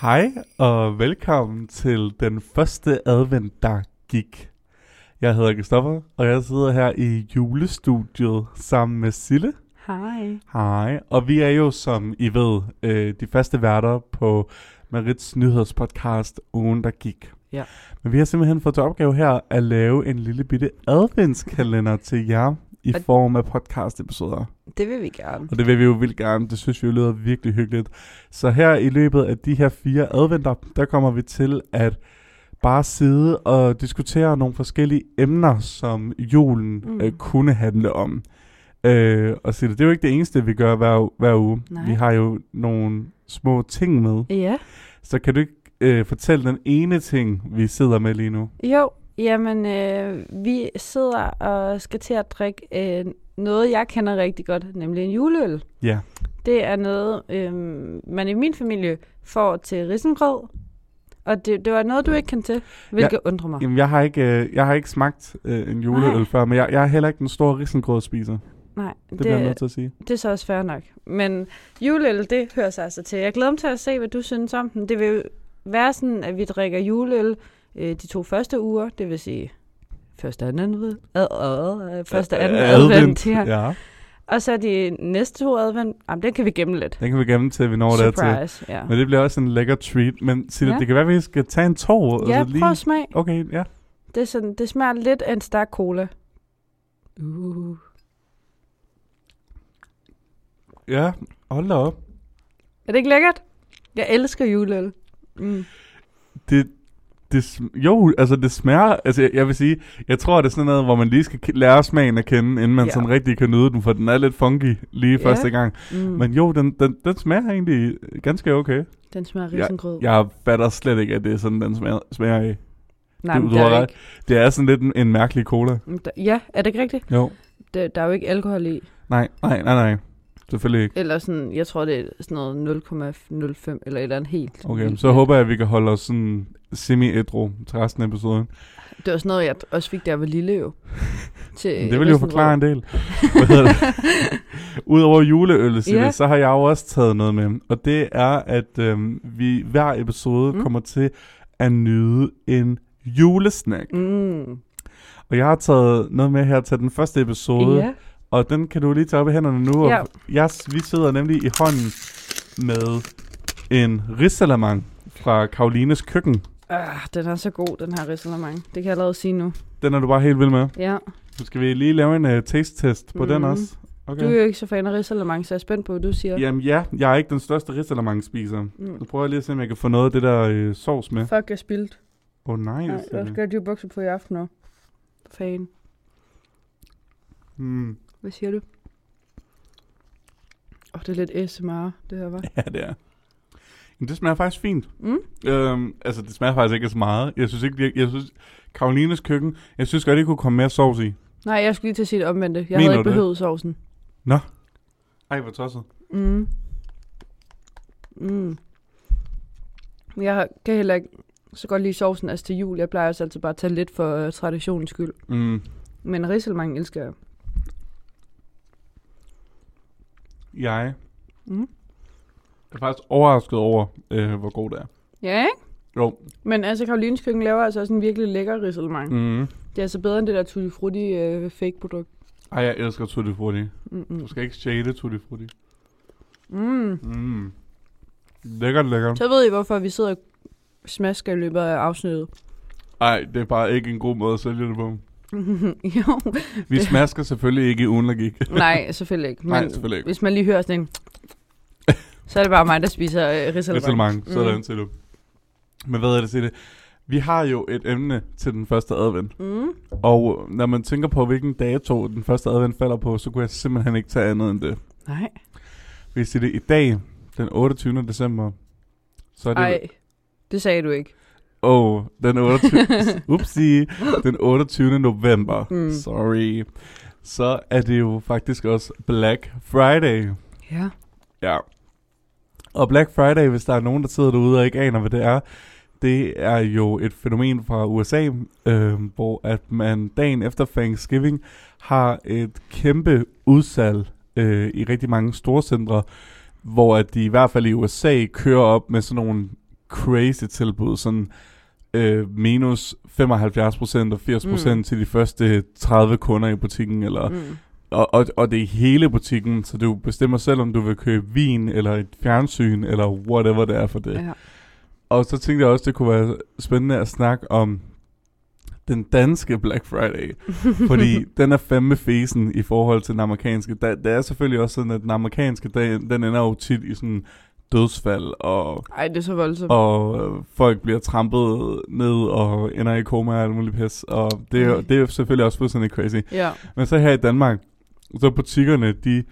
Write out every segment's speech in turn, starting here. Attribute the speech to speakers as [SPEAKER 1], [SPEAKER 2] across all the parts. [SPEAKER 1] Hej og velkommen til den første advent, der gik. Jeg hedder Kristoffer, og jeg sidder her i julestudiet sammen med Sille.
[SPEAKER 2] Hej.
[SPEAKER 1] Hej, og vi er jo, som I ved, øh, de faste værter på Marits nyhedspodcast Ugen, der gik.
[SPEAKER 2] Ja.
[SPEAKER 1] Men vi har simpelthen fået til opgave her at lave en lille bitte adventskalender til jer i
[SPEAKER 2] Og-
[SPEAKER 1] form af podcastepisoder.
[SPEAKER 2] Det vil vi gerne.
[SPEAKER 1] Og det vil vi jo vildt gerne. Det synes vi jo lyder virkelig hyggeligt. Så her i løbet af de her fire adventer, der kommer vi til at bare sidde og diskutere nogle forskellige emner, som julen
[SPEAKER 2] Mm.
[SPEAKER 1] mm. øh, kunne handle om. Øh, og Sille, det er jo ikke det eneste, vi gør hver, hver uge.
[SPEAKER 2] Nej.
[SPEAKER 1] Vi har jo nogle små ting med.
[SPEAKER 2] Ja.
[SPEAKER 1] Så kan du ikke øh, fortælle den ene ting, vi sidder med lige nu?
[SPEAKER 2] Jo, jamen, øh, vi sidder og skal til at drikke øh, noget, jeg kender rigtig godt, nemlig en juleøl.
[SPEAKER 1] Ja.
[SPEAKER 2] Det er noget, øh, man i min familie får til risengrød. Og det, det var noget, du ikke kendte til, hvilket ja. undrer mig.
[SPEAKER 1] Jamen, jeg har ikke, øh, jeg har ikke smagt øh, en juleøl
[SPEAKER 2] Nej.
[SPEAKER 1] før, men jeg, jeg er heller ikke den store risengrødsspiser. Det,
[SPEAKER 2] Nej, det,
[SPEAKER 1] det bliver jeg
[SPEAKER 2] det,
[SPEAKER 1] nødt til at sige.
[SPEAKER 2] det er så også fair nok. Men juleøl, det hører sig altså til. Jeg glæder mig til at se, hvad du synes om den. Det vil jo være sådan, at vi drikker juleøl øh, de to første uger, det vil sige første anden ved, ad, ad, ad, første anden advent, ja.
[SPEAKER 1] ja.
[SPEAKER 2] Og så de næste to advent, jamen den kan vi gemme lidt.
[SPEAKER 1] Den kan vi gemme til, vi når der til.
[SPEAKER 2] Surprise, ja.
[SPEAKER 1] Men det bliver også en lækker treat. Men Sille,
[SPEAKER 2] Ja.
[SPEAKER 1] ja. det kan være, at vi skal tage en tår.
[SPEAKER 2] Ja, prøv at smag.
[SPEAKER 1] Okay, ja.
[SPEAKER 2] Det, er sådan, det smager lidt af en stærk cola. Uh.
[SPEAKER 1] Ja, hold da op.
[SPEAKER 2] Er det ikke lækkert? Jeg elsker juleøl. Mm.
[SPEAKER 1] Det, det, sm- jo, altså det smager, altså jeg, jeg vil sige, jeg tror, det er sådan noget, hvor man lige skal k- lære smagen at kende, inden man
[SPEAKER 2] Ja.
[SPEAKER 1] ja. sådan rigtig kan nyde den, for den er lidt funky lige
[SPEAKER 2] Ja.
[SPEAKER 1] ja. første gang.
[SPEAKER 2] Mm.
[SPEAKER 1] Men jo, den, den, den smager egentlig ganske okay.
[SPEAKER 2] den smager
[SPEAKER 1] Ja,
[SPEAKER 2] risengrød.
[SPEAKER 1] Jeg fatter slet ikke, at det er sådan, den smager, smager i.
[SPEAKER 2] Nej,
[SPEAKER 1] du-
[SPEAKER 2] men
[SPEAKER 1] du
[SPEAKER 2] det er
[SPEAKER 1] har
[SPEAKER 2] der
[SPEAKER 1] ret.
[SPEAKER 2] ikke.
[SPEAKER 1] Det er sådan lidt en, en mærkelig cola.
[SPEAKER 2] Mm, der- Ja, er det ikke rigtigt?
[SPEAKER 1] Jo.
[SPEAKER 2] Der, der er jo ikke alkohol i.
[SPEAKER 1] Nej, nej, nej, nej. Selvfølgelig ikke.
[SPEAKER 2] Eller sådan, jeg tror, det er sådan noget 0,05 eller et eller andet helt. Mm.
[SPEAKER 1] Okay,
[SPEAKER 2] vildt.
[SPEAKER 1] så håber jeg, at vi kan holde os sådan semi-ædru til resten af episoden.
[SPEAKER 2] Det var sådan noget, jeg også fik, da jeg var lille jo. Til øh,
[SPEAKER 1] Men det vil jo
[SPEAKER 2] risengrød.
[SPEAKER 1] forklare en del. Hvad hedder det? Udover juleøl, Sille,
[SPEAKER 2] Ja.
[SPEAKER 1] yeah. så har jeg jo også taget noget med. Og det er, at øhm, vi hver episode
[SPEAKER 2] Mm.
[SPEAKER 1] mm. kommer til at nyde en julesnack.
[SPEAKER 2] Mm.
[SPEAKER 1] Og jeg har taget noget med her til den første episode.
[SPEAKER 2] Ja.
[SPEAKER 1] Og den kan du lige tage op i hænderne nu.
[SPEAKER 2] Ja.
[SPEAKER 1] Og jeg, vi sidder nemlig i hånden med en risalamang fra Karolines køkken.
[SPEAKER 2] Øh, den er så god, den her risalamang. Det kan jeg allerede sige nu.
[SPEAKER 1] Den er du bare helt vild med.
[SPEAKER 2] Ja.
[SPEAKER 1] Nu skal vi lige lave en uh, taste-test på mm. den
[SPEAKER 2] Mhm.
[SPEAKER 1] også.
[SPEAKER 2] Okay. Du er jo ikke så fan af risalamang, så jeg er spændt på, hvad du siger.
[SPEAKER 1] Jamen ja, jeg er ikke den største risalamang-spiser.
[SPEAKER 2] Mm.
[SPEAKER 1] Nu prøver jeg lige at se, om jeg kan få noget af det der øh, sovs med.
[SPEAKER 2] Fuck, jeg spildt.
[SPEAKER 1] Åh oh, nej,
[SPEAKER 2] Nej, jeg
[SPEAKER 1] nej
[SPEAKER 2] skal have de bukser på i aften nu. Fan.
[SPEAKER 1] hmm.
[SPEAKER 2] Hvad siger du? Åh, oh, det er lidt ASMR, det her, var.
[SPEAKER 1] Ja, det er. Men det smager faktisk fint.
[SPEAKER 2] Mm?
[SPEAKER 1] Øhm, altså, det smager faktisk ikke af så meget. Jeg synes ikke, jeg, jeg synes, Karolines køkken, jeg synes godt, det kunne komme mere sovs i.
[SPEAKER 2] Nej, jeg skulle lige til at sige det omvendte. Jeg
[SPEAKER 1] Mener
[SPEAKER 2] havde
[SPEAKER 1] du
[SPEAKER 2] ikke
[SPEAKER 1] det?
[SPEAKER 2] behøvet sovsen.
[SPEAKER 1] Ej, hvor tosset.
[SPEAKER 2] Mm. Mm. Jeg har- kan heller ikke så godt lide sovsen altså til jul. Jeg plejer også altid bare at tage lidt for øh, traditionens skyld.
[SPEAKER 1] Mm.
[SPEAKER 2] Men risalemang elsker jeg.
[SPEAKER 1] Jeg
[SPEAKER 2] Mm.
[SPEAKER 1] er faktisk overrasket over, øh, hvor god det er.
[SPEAKER 2] Ja, ikke?
[SPEAKER 1] Jo.
[SPEAKER 2] Men altså, Karolines køkken laver altså også en virkelig lækker risalemang. Mm.
[SPEAKER 1] Mm.
[SPEAKER 2] Det er altså bedre end det der tutti frutti øh, fake produkt. Mm,
[SPEAKER 1] Ej, jeg elsker tutti frutti.
[SPEAKER 2] Mm-mm.
[SPEAKER 1] Du skal ikke shade tutti frutti.
[SPEAKER 2] Mm.
[SPEAKER 1] Mm. Lækkert, lækkert.
[SPEAKER 2] Så ved I, hvorfor vi sidder og smasker i løbet af afsnittet.
[SPEAKER 1] Ej, det er bare ikke en god måde at sælge det på.
[SPEAKER 2] jo,
[SPEAKER 1] Vi smasker selvfølgelig ikke i ugen, der gik.
[SPEAKER 2] nej, selvfølgelig ikke. Men
[SPEAKER 1] Nej, selvfølgelig ikke.
[SPEAKER 2] Mm. hvis man lige hører sådan en, så er det bare mig, der spiser øh, risalemang.
[SPEAKER 1] Risalemang, sådan til du. Men hvad er det, Sille? Vi har jo et emne til den første advent.
[SPEAKER 2] Mm.
[SPEAKER 1] Og når man tænker på, hvilken dato den første advent falder på, så kunne jeg simpelthen ikke tage andet end det.
[SPEAKER 2] Nej.
[SPEAKER 1] Hvis det i dag, den 28. december, så er det...
[SPEAKER 2] Nej, det sagde du ikke.
[SPEAKER 1] Oh, den 28. Upsi, den 28. november.
[SPEAKER 2] Mm.
[SPEAKER 1] Mm. Sorry. Så er det jo faktisk også Black Friday.
[SPEAKER 2] Ja.
[SPEAKER 1] Ja. Og Black Friday, hvis der er nogen, der sidder derude og ikke aner, hvad det er, det er jo et fænomen fra USA, øh, hvor at man dagen efter Thanksgiving har et kæmpe udsalg øh, i rigtig mange store centre, hvor at de i hvert fald i USA kører op med sådan nogle crazy tilbud, sådan øh, minus 75% og 80% mm. til de første 30 kunder i butikken, eller
[SPEAKER 2] Mm.
[SPEAKER 1] og, og, og det er hele butikken, så du bestemmer selv, om du vil købe vin, eller et fjernsyn, eller whatever det er for det.
[SPEAKER 2] Ja.
[SPEAKER 1] Og så tænkte jeg også, det kunne være spændende at snakke om den danske Black Friday, fordi den er fandme fesen i forhold til den amerikanske. Der, det er selvfølgelig også sådan, at den amerikanske, den, den ender jo tit i sådan dødsfald, og,
[SPEAKER 2] Ej, det er så voldsomt.
[SPEAKER 1] og øh, folk bliver trampet ned og ender i koma og alt muligt pis, og det er, jo- det er jo selvfølgelig også fuldstændig crazy.
[SPEAKER 2] Ja.
[SPEAKER 1] Men så her i Danmark, så er butikkerne, de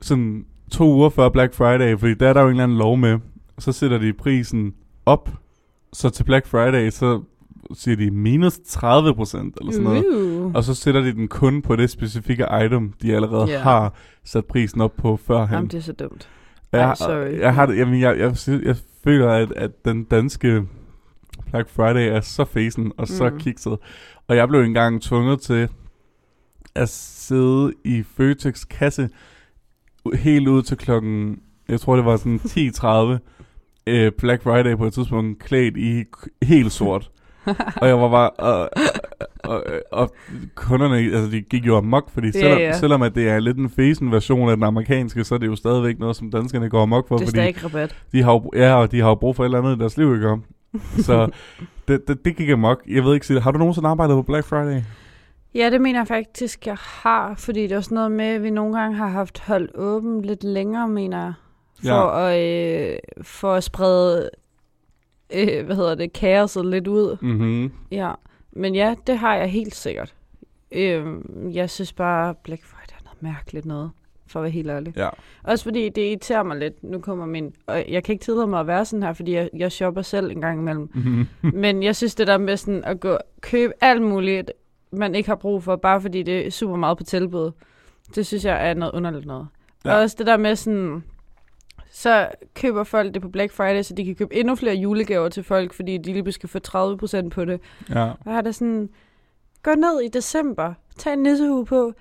[SPEAKER 1] sådan to uger før Black Friday, fordi der er der jo en eller anden lov med, så sætter de prisen op, så til Black Friday, så siger de minus 30 procent eller sådan noget.
[SPEAKER 2] Uh.
[SPEAKER 1] Og så sætter de den kun på det specifikke item, de allerede
[SPEAKER 2] Ja.
[SPEAKER 1] yeah. har sat prisen op på førhen.
[SPEAKER 2] Jamen, det er så dumt.
[SPEAKER 1] jeg,
[SPEAKER 2] sorry.
[SPEAKER 1] jeg, har, det- jamen, jeg, jeg, sy- jeg føler, at, at den danske Black Friday er så fesen og så
[SPEAKER 2] Mm.
[SPEAKER 1] mm. kikset. Og jeg blev engang tvunget til at sidde i Føtex kasse u- helt ud til klokken, jeg tror det var sådan 10.30 øh, Black Friday på et tidspunkt, klædt i k- helt sort. og jeg var bare, og, og, øh, og kunderne, altså de gik jo amok, fordi
[SPEAKER 2] Ja,
[SPEAKER 1] yeah, selvom,
[SPEAKER 2] ja.
[SPEAKER 1] yeah. selvom at det er lidt en fesen version af den amerikanske, så er det jo stadigvæk noget, som danskerne går amok for,
[SPEAKER 2] Det er
[SPEAKER 1] fordi
[SPEAKER 2] stadig rabat.
[SPEAKER 1] de har, jo, ja, og de har jo brug for et eller andet i deres liv, ikke om? Så det, det, det gik amok. Jeg ved ikke, Sille, har du nogensinde arbejdet på Black Friday?
[SPEAKER 2] Ja, det mener jeg faktisk, jeg har, fordi det er sådan noget med, at vi nogle gange har haft holdt åben lidt længere, mener jeg, for, at, øh, for at sprede, øh, hvad hedder det, kaoset lidt ud.
[SPEAKER 1] Mm-hmm.
[SPEAKER 2] Ja, men ja, det har jeg helt sikkert. Øh, jeg synes bare, Black Friday er noget mærkeligt noget, for at være helt ærlig.
[SPEAKER 1] Ja.
[SPEAKER 2] Også fordi det irriterer mig lidt. Nu kommer min... Og jeg kan ikke tillade mig at være sådan her, fordi jeg, jeg shopper selv en gang imellem.
[SPEAKER 1] Mm-hmm.
[SPEAKER 2] Men jeg synes, det der med sådan at gå købe alt muligt, man ikke har brug for, bare fordi det er super meget på tilbud, det synes jeg er noget underligt noget. Ja.
[SPEAKER 1] Ja.
[SPEAKER 2] Og også det der med sådan, så køber folk det på Black Friday, så de kan købe endnu flere julegaver til folk, fordi de lige pludselig får 30% på det.
[SPEAKER 1] ja.
[SPEAKER 2] Og har det sådan, gå ned i december, tag en nissehue på,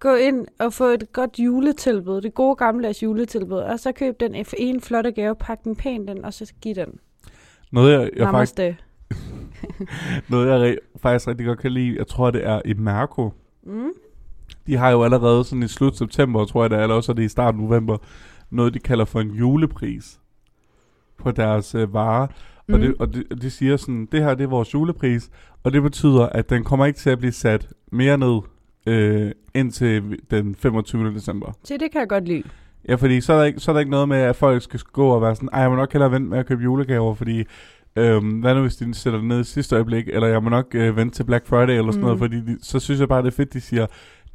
[SPEAKER 2] gå ind og få et godt juletilbud, det gode gammeldags juletilbud, og så køb den for en flotte gave, pak den pænt den, og så giv den.
[SPEAKER 1] Noget, jeg, jeg, faktisk,
[SPEAKER 2] Namaste.
[SPEAKER 1] noget, jeg re- faktisk rigtig godt kan lide, jeg tror, det er i Mærko.
[SPEAKER 2] Mm.
[SPEAKER 1] De har jo allerede sådan i slut september, tror jeg det er, eller også er det i starten af november, noget, de kalder for en julepris på deres øh, varer. Mm. Og, det, og det, og de siger sådan, det her det er vores julepris, og det betyder, at den kommer ikke til at blive sat mere ned øh, indtil den 25. december.
[SPEAKER 2] Se, det kan jeg godt lide.
[SPEAKER 1] Ja, fordi så er, der ikke, så er der ikke noget med, at folk skal gå og være sådan, ej, jeg må nok hellere vente med at købe julegaver, fordi øhm, hvad nu, hvis de sætter det ned i sidste øjeblik, eller jeg må nok øh, vente til Black Friday eller sådan
[SPEAKER 2] Mm.
[SPEAKER 1] noget, fordi de, så synes jeg bare, det er fedt, de siger,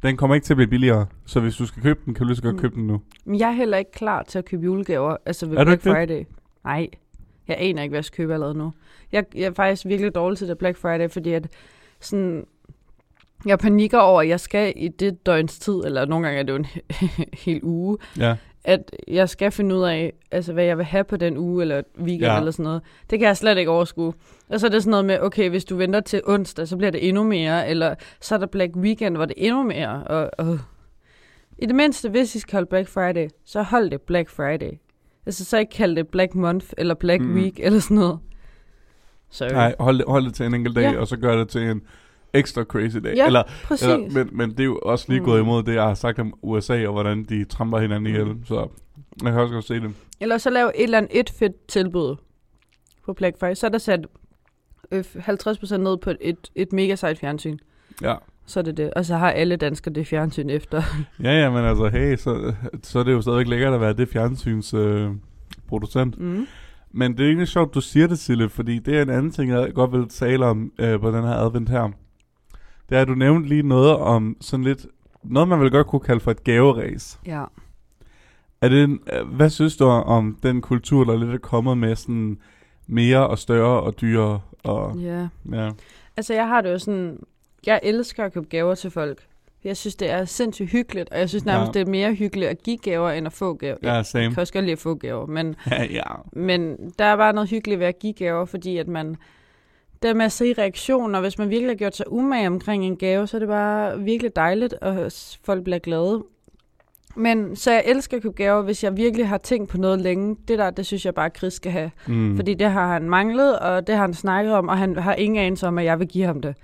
[SPEAKER 1] den kommer ikke til at blive billigere, så hvis du skal købe den, kan du lige så godt
[SPEAKER 2] Mm.
[SPEAKER 1] købe den nu.
[SPEAKER 2] Men jeg er heller ikke klar til at købe julegaver, altså ved
[SPEAKER 1] Er du
[SPEAKER 2] Black
[SPEAKER 1] ikke det?
[SPEAKER 2] Friday. Nej, jeg aner ikke, hvad jeg skal købe allerede nu. Jeg, jeg er faktisk virkelig dårlig til det Black Friday, fordi at sådan, jeg panikker over, at jeg skal i det døgns tid, eller nogle gange er det jo en hel uge,
[SPEAKER 1] Ja.
[SPEAKER 2] at jeg skal finde ud af, altså hvad jeg vil have på den uge eller weekend ja.
[SPEAKER 1] Ja.
[SPEAKER 2] eller sådan noget. Det kan jeg slet ikke overskue. Og så er det sådan noget med, okay, hvis du venter til onsdag, så bliver det endnu mere, eller så er der Black Weekend, hvor det er endnu mere. Og, og. I det mindste, hvis I skal holde Black Friday, så hold det Black Friday. Altså så ikke kalde det Black Month eller Black mm.
[SPEAKER 1] Mm.
[SPEAKER 2] Week eller sådan noget. Så
[SPEAKER 1] Nej, hold det, hold det til en enkelt dag,
[SPEAKER 2] Ja.
[SPEAKER 1] ja. og så gør det til en ekstra crazy dag.
[SPEAKER 2] Ja,
[SPEAKER 1] eller,
[SPEAKER 2] præcis.
[SPEAKER 1] eller, men, men det er jo også lige
[SPEAKER 2] Mm.
[SPEAKER 1] mm. gået imod det, jeg har sagt om USA, og hvordan de tramper hinanden
[SPEAKER 2] Mm.
[SPEAKER 1] mm. ihjel, så jeg kan også godt se det.
[SPEAKER 2] Eller så lav et eller andet et fedt tilbud på Black Friday. Så er der sat øh, 50% ned på et, et mega sejt fjernsyn.
[SPEAKER 1] Ja.
[SPEAKER 2] Så er det det. Og så har alle danskere det fjernsyn efter.
[SPEAKER 1] Ja, ja, men altså, hey, så, så er det jo stadigvæk lækkert at være det fjernsyns øh, producent.
[SPEAKER 2] Mm.
[SPEAKER 1] Men det er egentlig sjovt, du siger det, Sille, fordi det er en anden ting, jeg godt vil tale om øh, på den her advent her. Det er, at du nævnte lige noget om sådan lidt, noget man vel godt kunne kalde for et gaveræs.
[SPEAKER 2] Ja.
[SPEAKER 1] Er det en, øh, hvad synes du om den kultur, der lidt er kommet med sådan mere og større og dyrere? Og,
[SPEAKER 2] ja.
[SPEAKER 1] ja.
[SPEAKER 2] Altså, jeg har det jo sådan... Jeg elsker at købe gaver til folk. Jeg synes, det er sindssygt hyggeligt, og jeg synes nærmest, ja.
[SPEAKER 1] Ja.
[SPEAKER 2] det er mere hyggeligt at give gaver, end at få gaver.
[SPEAKER 1] ja,
[SPEAKER 2] Jeg
[SPEAKER 1] same.
[SPEAKER 2] kan også godt lide at få gaver, men,
[SPEAKER 1] Ja, ja.
[SPEAKER 2] men der er bare noget hyggeligt ved at give gaver, fordi at man... Der er masser i reaktioner, hvis man virkelig har gjort sig umage omkring en gave, så er det bare virkelig dejligt, og s- folk bliver glade. Men så jeg elsker at købe gaver, hvis jeg virkelig har tænkt på noget længe. Det der, det synes jeg bare, at Chris skal have.
[SPEAKER 1] Mm.
[SPEAKER 2] Mm. Fordi det har han manglet, og det har han snakket om, og han har ingen anelse om, at jeg vil give ham det.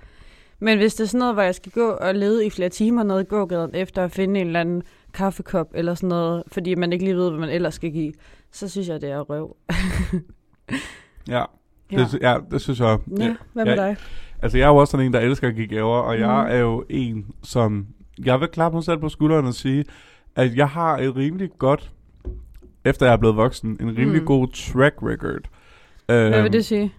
[SPEAKER 2] Men hvis det er sådan noget, hvor jeg skal gå og lede i flere timer ned i gågaden efter at finde en eller anden kaffekop eller sådan noget, fordi man ikke lige ved, hvad man ellers skal give, så synes jeg, det er røv.
[SPEAKER 1] Ja,
[SPEAKER 2] Ja.
[SPEAKER 1] det, ja, det synes jeg.
[SPEAKER 2] ja, hvad med
[SPEAKER 1] Ja.
[SPEAKER 2] dig?
[SPEAKER 1] Altså, jeg er jo også sådan en, der elsker at give gaver, og mm.
[SPEAKER 2] Mhm.
[SPEAKER 1] jeg er jo en, som... Jeg vil klappe mig selv på skulderen og sige, at jeg har et rimelig godt, efter jeg er blevet voksen, en rimelig
[SPEAKER 2] Mm.
[SPEAKER 1] mm. god track record.
[SPEAKER 2] Hvad
[SPEAKER 1] Øhm,
[SPEAKER 2] vil det sige?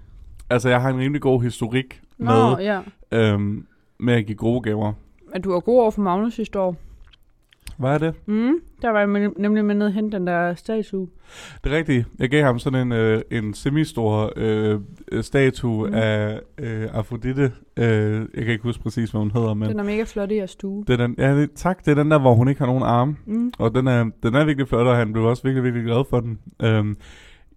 [SPEAKER 1] Altså, jeg har en rimelig god historik
[SPEAKER 2] Nå,
[SPEAKER 1] med,
[SPEAKER 2] ja.
[SPEAKER 1] øhm, med at give gode gaver.
[SPEAKER 2] At du var god over for Magnus sidste år.
[SPEAKER 1] Hvad er det?
[SPEAKER 2] Mm, der var jeg nemlig- nemlig med ned og hente den der statue.
[SPEAKER 1] Det er rigtigt. Jeg gav ham sådan en, øh, en semistor øh, øh, statue
[SPEAKER 2] Mm.
[SPEAKER 1] mm. af øh, Afrodite. Øh, jeg kan ikke huske præcis, hvad hun hedder, men...
[SPEAKER 2] Den er mega flot i jeres stue.
[SPEAKER 1] Det er den, ja, det, tak, det er den der, hvor hun ikke har nogen arme.
[SPEAKER 2] Mm.
[SPEAKER 1] Og den er, den er virkelig flot, og han blev også virkelig, virkelig glad for den. Øhm,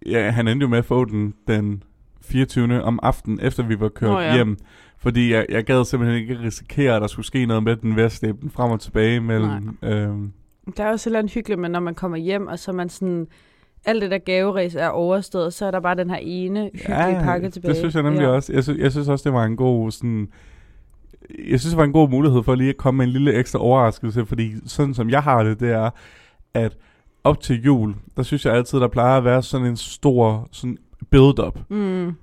[SPEAKER 1] ja, han endte jo med at få den den 24. om aftenen, efter vi var kørt
[SPEAKER 2] Nå
[SPEAKER 1] Nå,
[SPEAKER 2] ja.
[SPEAKER 1] ja. hjem. Fordi jeg, jeg gad simpelthen ikke risikere, at der skulle ske noget med den ved at slæbe den frem og tilbage mellem... Øhm,
[SPEAKER 2] Der er også et eller andet hyggeligt, men når man kommer hjem, og så er man sådan... Alt det der gaveræs er overstået, så er der bare den her ene hyggelige ja, pakke tilbage.
[SPEAKER 1] det synes jeg nemlig ja. også. Jeg synes, jeg synes også, det var en god sådan... Jeg synes, det var en god mulighed for lige at komme med en lille ekstra overraskelse, fordi sådan som jeg har det, det er, at op til jul, der synes jeg altid, der plejer at være sådan en stor sådan build-up.
[SPEAKER 2] Mm.